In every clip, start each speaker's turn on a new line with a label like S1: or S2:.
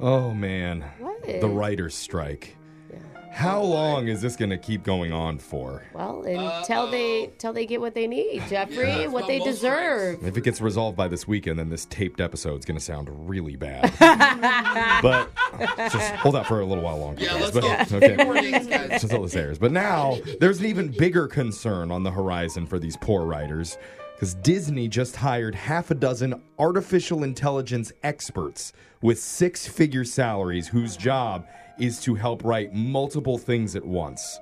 S1: Oh man, the writer's strike. How long is this going to keep going on for?
S2: Well, until they till they get what they need, Jeffrey, what they deserve.
S1: If it gets resolved by this weekend, then this taped episode's going to sound really bad. but just hold out for a little while longer.
S3: Yeah,
S1: guys.
S3: let's
S1: But-
S3: go.
S1: okay.
S3: Four days, guys.
S1: Just all this airs. But now there's an even bigger concern on the horizon for these poor writers because Disney just hired half a dozen artificial intelligence experts with six figure salaries whose job is to help write multiple things at once.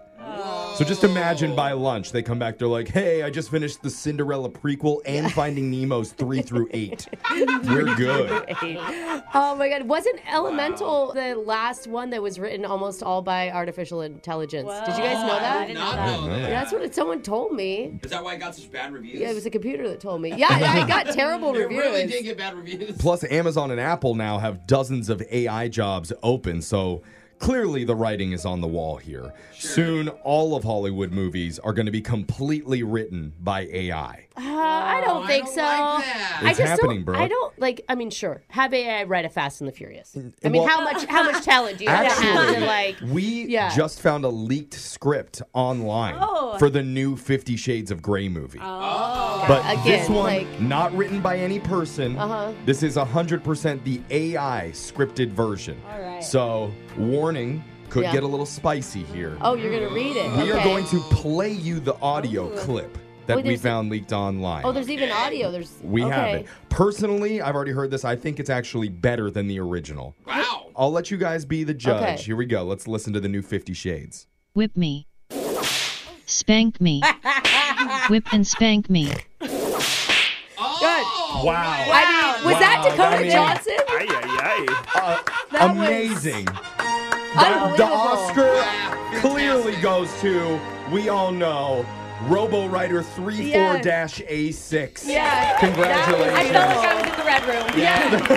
S1: So just imagine by lunch they come back, they're like, hey, I just finished the Cinderella prequel and Finding Nemo's three through eight. We're good.
S2: Oh my God! Wasn't Elemental the last one that was written almost all by artificial intelligence? Did you guys know that?
S3: Not know that.
S2: That's what it- someone told me.
S3: Is that why I got such bad reviews?
S2: Yeah, it was a computer that told me. Yeah, I got terrible
S3: It
S2: reviews.
S3: really did get bad reviews.
S1: Plus, Amazon and Apple now have dozens of AI jobs open, so clearly the writing is on the wall here. Soon, all of Hollywood movies are going to be completely written by AI.
S2: Uh, I don't think
S3: don't
S2: so.
S3: like that.
S2: I
S1: It's
S2: just
S1: happening,
S2: don't,
S1: bro.
S2: I don't like. I mean, sure, have AI write a Fast and the Furious. I mean,
S1: well-
S2: how much how much talent do you have to have to like?
S1: we
S2: yeah. Oh.
S1: just found a leaked script online for the new Fifty Shades of Grey movie. But this
S2: Again,
S1: one,
S2: like-
S1: not written by any person. Uh-huh. This is 100% the AI scripted version. All right. So, warning, could
S2: Yeah.
S1: get a little spicy here.
S2: Oh, you're gonna read it.
S1: We are
S2: Okay.
S1: going to play you the audio clip that
S2: Wait,
S1: we
S2: there's a-
S1: found leaked online.
S2: Oh, there's even audio. There's
S1: we
S2: okay.
S1: have it. Personally, I've already heard this. I think it's actually better than the original.
S3: Wow.
S1: I'll let you guys be the judge.
S2: Okay.
S1: Here we go. Let's listen to the new Fifty Shades.
S4: Whip me. Spank me. Whip and spank me.
S3: Oh,
S1: Wow.
S3: man.
S2: I mean, was that
S1: Wow,
S2: Dakota
S1: I mean-
S2: Johnson? That was
S1: Amazing. The, the
S2: Unbelievable.
S1: Oscar clearly goes to, we all know, Robo Rider 34 A6.
S2: Yeah.
S1: Congratulations.
S2: I felt like I was in the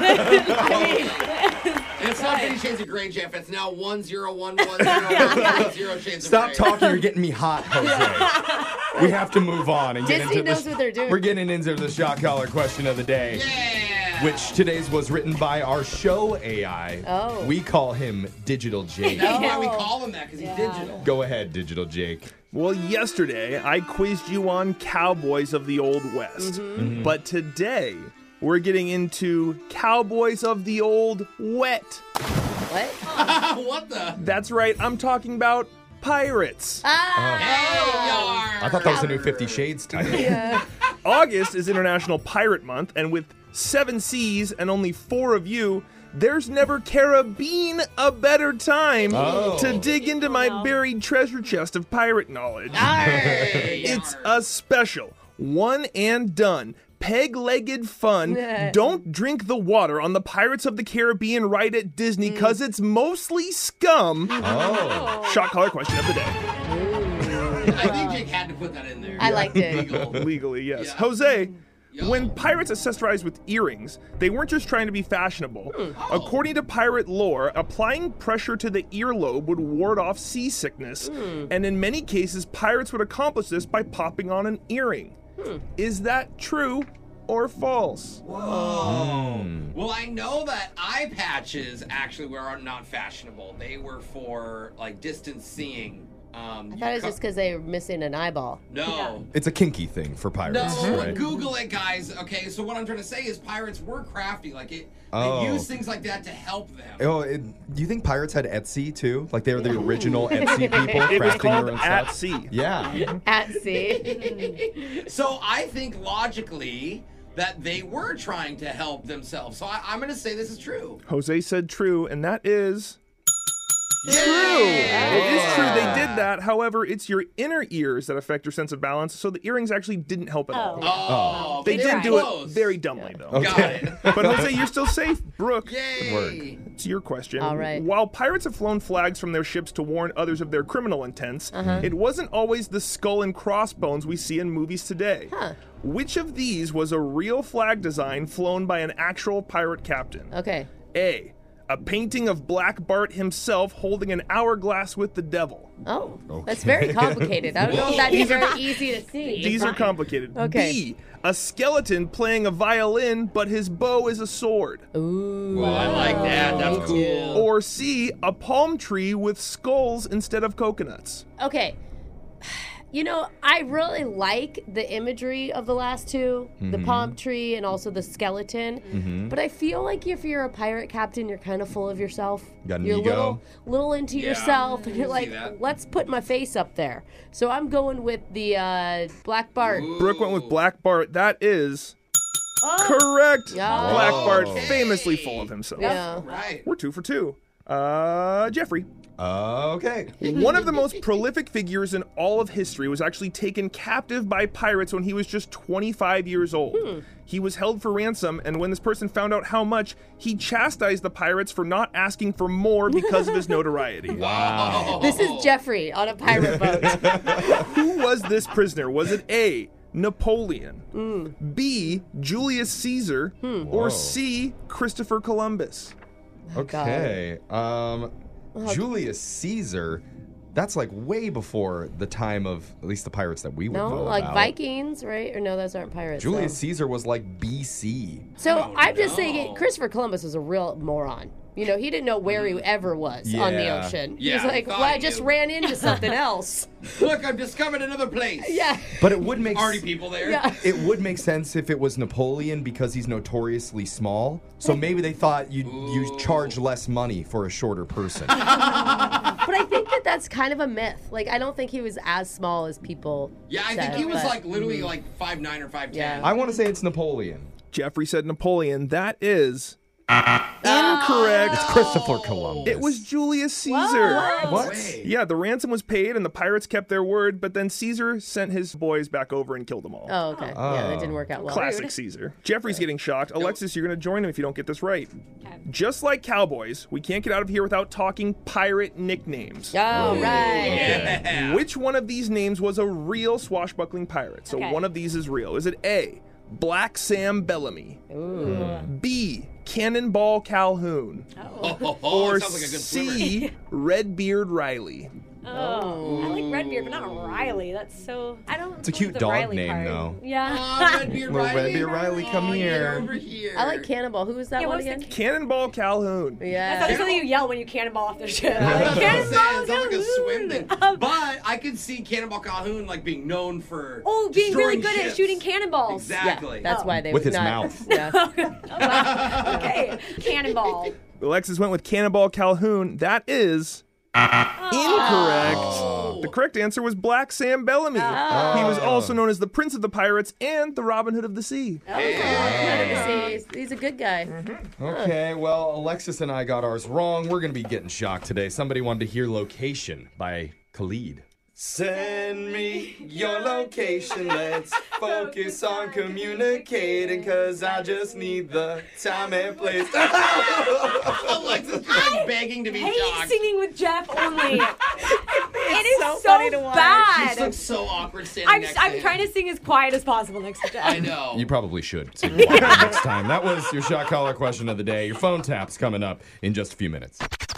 S2: red room.
S3: It's not 50 Shades of Grey, Jeff. It's now 101110 Shades
S1: Stop
S3: of Grey.
S1: talking. You're getting me hot, Jose. we have to move on and get
S2: Disney
S1: into
S2: knows
S1: this.
S2: what they're doing.
S1: We're getting into the shot collar question of the day,
S3: Yeah.
S1: which today's was written by our show AI.
S2: Oh.
S1: We call him Digital Jake.
S3: That's why we call him that, because he's digital.
S1: Go ahead, Digital Jake.
S5: Well, yesterday I quizzed you on cowboys of the Old West, but today we're getting into cowboys of the Old Wet.
S2: What?
S3: what the?
S5: That's right, I'm talking about pirates.
S1: I thought that was a new Fifty Shades title.
S5: August is International Pirate Month, and with seven seas and only four of you, There's never carabine a better time
S1: Oh.
S5: to dig into my buried treasure chest of pirate knowledge. It's a special, one and done, peg legged fun. Don't drink the water on the Pirates of the Caribbean ride at Disney because it's mostly scum.
S1: Oh.
S5: Shot collar question of the day.
S3: I think Jake had to put that in there.
S6: I liked it.
S3: Legal.
S5: Legally, yes. Jose. When pirates accessorized with earrings, they weren't just trying to be fashionable. According to pirate lore, applying pressure to the earlobe would ward off seasickness, and in many cases, pirates would accomplish this by popping on an earring. Is that true or false?
S3: Well, I know that eye patches actually were not fashionable. They were for like distance seeing. Um,
S2: I thought it was just because they were missing an eyeball.
S3: no.
S1: It's a kinky thing for pirates,
S3: No,
S1: right?
S3: Google it, guys. Okay, so what I'm trying to say is pirates were crafty. Like it,
S1: Oh.
S3: they used things like that to help them.
S1: Oh, it, do you think pirates had Etsy too? Like they were the original Etsy people
S5: It was
S1: crafting
S5: called
S1: their own
S5: at
S1: stuff?
S5: sea.
S1: Yeah.
S6: At sea.
S3: So I think logically that they were trying to help themselves. So I, I'm going to say this is true.
S5: Jose said true, and that is true. It is true. They did that. However, it's your inner ears that affect your sense of balance, so the earrings actually didn't help at all.
S3: Oh,
S5: They
S3: but
S5: did
S3: it's
S5: do it
S3: close.
S5: very dumbly, though.
S3: Got it.
S5: But Jose, you're still safe. Brooke,
S3: Yay.
S5: to your question.
S2: All right.
S5: While pirates have flown flags from their ships to warn others of their criminal intents, it wasn't always the skull and crossbones we see in movies today. Which of these was a real flag design flown by an actual pirate captain?
S2: Okay.
S5: A. A painting of Black Bart himself holding an hourglass with the devil.
S2: Oh, that's very complicated. I don't know if that'd be very easy to see.
S5: These are complicated.
S2: Okay.
S5: B. A skeleton playing a violin, but his bow is a sword.
S3: I like that. That's cool.
S5: Or C. A palm tree with skulls instead of coconuts.
S2: Okay. You know, I really like the imagery of the last 2 the
S1: Mm-hmm.
S2: palm tree and also the skeleton. But I feel like if you're a pirate captain, you're kind of full of yourself.
S1: You got an
S2: you're
S1: ego.
S2: little little into
S3: Yeah,
S2: yourself and you're like,
S3: that.
S2: "Let's put my face up there." So I'm going with the uh, Black Bart.
S5: Brooke went with Black Bart. That is correct.
S2: Yeah.
S5: Black Bart, famously full of himself.
S2: Yeah.
S3: Right.
S5: We're two for two. Uh, Jeffrey.
S1: Okay.
S5: One of the most prolific figures in all of history was actually taken captive by pirates when he was just 25 years old. He was held for ransom, and when this person found out how much, he chastised the pirates for not asking for more because of his notoriety.
S2: This is Jeffrey on a pirate boat.
S5: Who was this prisoner? Was it A. Napoleon, B. Julius Caesar, or C. Christopher Columbus?
S2: Oh,
S1: Okay. Um, Julius Caesar. That's like way before the time of at least the pirates that we would
S2: no,
S1: know
S2: like
S1: about.
S2: Vikings, right? Or no, those aren't pirates.
S1: Julius
S2: though.
S1: Caesar was like BC.
S2: So I'm just saying, Christopher Columbus was a real moron. You know, he didn't know where he ever was on the
S1: Yeah.
S2: ocean.
S3: Mm. Yeah,
S2: He's
S3: he
S2: like,
S3: thought
S2: well, I
S3: he
S2: just
S3: knew."
S2: ran into something else.
S3: Look, I've discovered another place.
S2: Yeah.
S1: But it would make
S3: Party people there.
S1: it would make sense if it was Napoleon because he's notoriously small. So maybe they thought you you charge less money for a shorter person.
S2: But I think that that's kind of a myth. Like, I don't think he was as small as people.
S3: Yeah, I think
S2: said,
S3: he was
S2: but-
S3: like literally like five nine or five ten.
S2: Mm-hmm. Yeah.
S1: I want to say it's Napoleon.
S5: Jeffrey said Napoleon. That is incorrect.
S1: It's Christopher Columbus.
S5: It was Julius Caesar.
S1: what?
S5: Yeah, the ransom was paid and the pirates kept their word, but then Caesar sent his boys back over and killed them all.
S2: Oh, okay. Yeah, that didn't work out well.
S5: Classic Caesar. Jeffrey's getting shocked. Alexis, you're going to join him if you don't get this right. Just like cowboys, we can't get out of here without talking pirate nicknames.
S2: Oh, right.
S5: Which one of these names was a real swashbuckling pirate? So one of these is real. Is it A, Black Sam Bellamy? B, Cannonball Calhoun?
S3: Oh, oh, oh,
S5: or
S3: sounds like a good swimmer.
S5: C, Redbeard Riley?
S6: Oh, I like Redbeard, but not Riley. That's so. I don't.
S1: It's a cute
S6: the
S1: dog
S6: Riley
S1: name,
S6: part.
S1: though.
S6: Yeah.
S3: Oh, Redbeard
S1: Little
S3: Riley.
S1: Redbeard Riley, come
S3: Oh, get
S1: here.
S3: over here.
S2: I like Cannibal. Who was that
S6: Yeah,
S2: one
S6: what was
S2: again?
S5: Cannonball Calhoun.
S6: That's not
S2: Yeah.
S6: something you yell when you cannonball off the ship. Like, Um,
S3: That's what I'm
S6: cannonball,
S3: saying, sounds like a swim
S6: Calhoun!
S3: thing. But I could see Cannonball Calhoun like being known for
S6: Oh, being really
S3: destroying
S6: good
S3: ships.
S6: at shooting cannonballs.
S3: Exactly.
S2: That's why they
S1: With
S2: would
S1: his
S2: not,
S1: mouth.
S2: Yeah.
S6: Okay, cannonball.
S5: Alexis went with Cannonball Calhoun. That is incorrect. The correct answer was Black Sam Bellamy. He was also known as the Prince of the Pirates and the Robin Hood of the Sea.
S2: He's a good guy.
S1: Okay, well, Alexis and I got ours wrong. We're going to be getting shocked today. Somebody wanted to hear Location by Khalid.
S7: Send me your location. Let's focus on communicating because I just need the time and place.
S3: Alexis is like begging to be
S6: Hate
S3: shocked.
S6: singing with Jeff only. it is so,
S3: funny to watch. She
S6: bad.
S3: looks so awkward standing
S6: I'm,
S3: next to
S6: I'm
S3: him.
S6: trying to sing as quiet as possible next to Jeff.
S3: I know.
S1: You probably should. So you can watch it next time. That was your shot caller question of the day. Your phone tap's coming up in just a few minutes.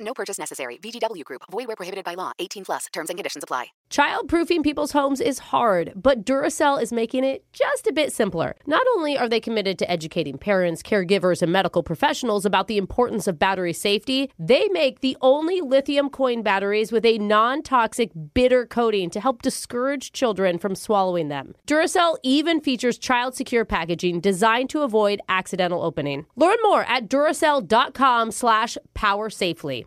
S8: No purchase necessary. VGW Group. Void where prohibited by law. 18 plus. Terms and conditions apply.
S2: Childproofing people's homes is hard, but Duracell is making it just a bit simpler. Not only are they committed to educating parents, caregivers, and medical professionals about the importance of battery safety, they make the only lithium coin batteries with a non toxic bitter coating to help discourage children from swallowing them. Duracell even features child secure packaging designed to avoid accidental opening. Learn more at duracell.com slash power safely.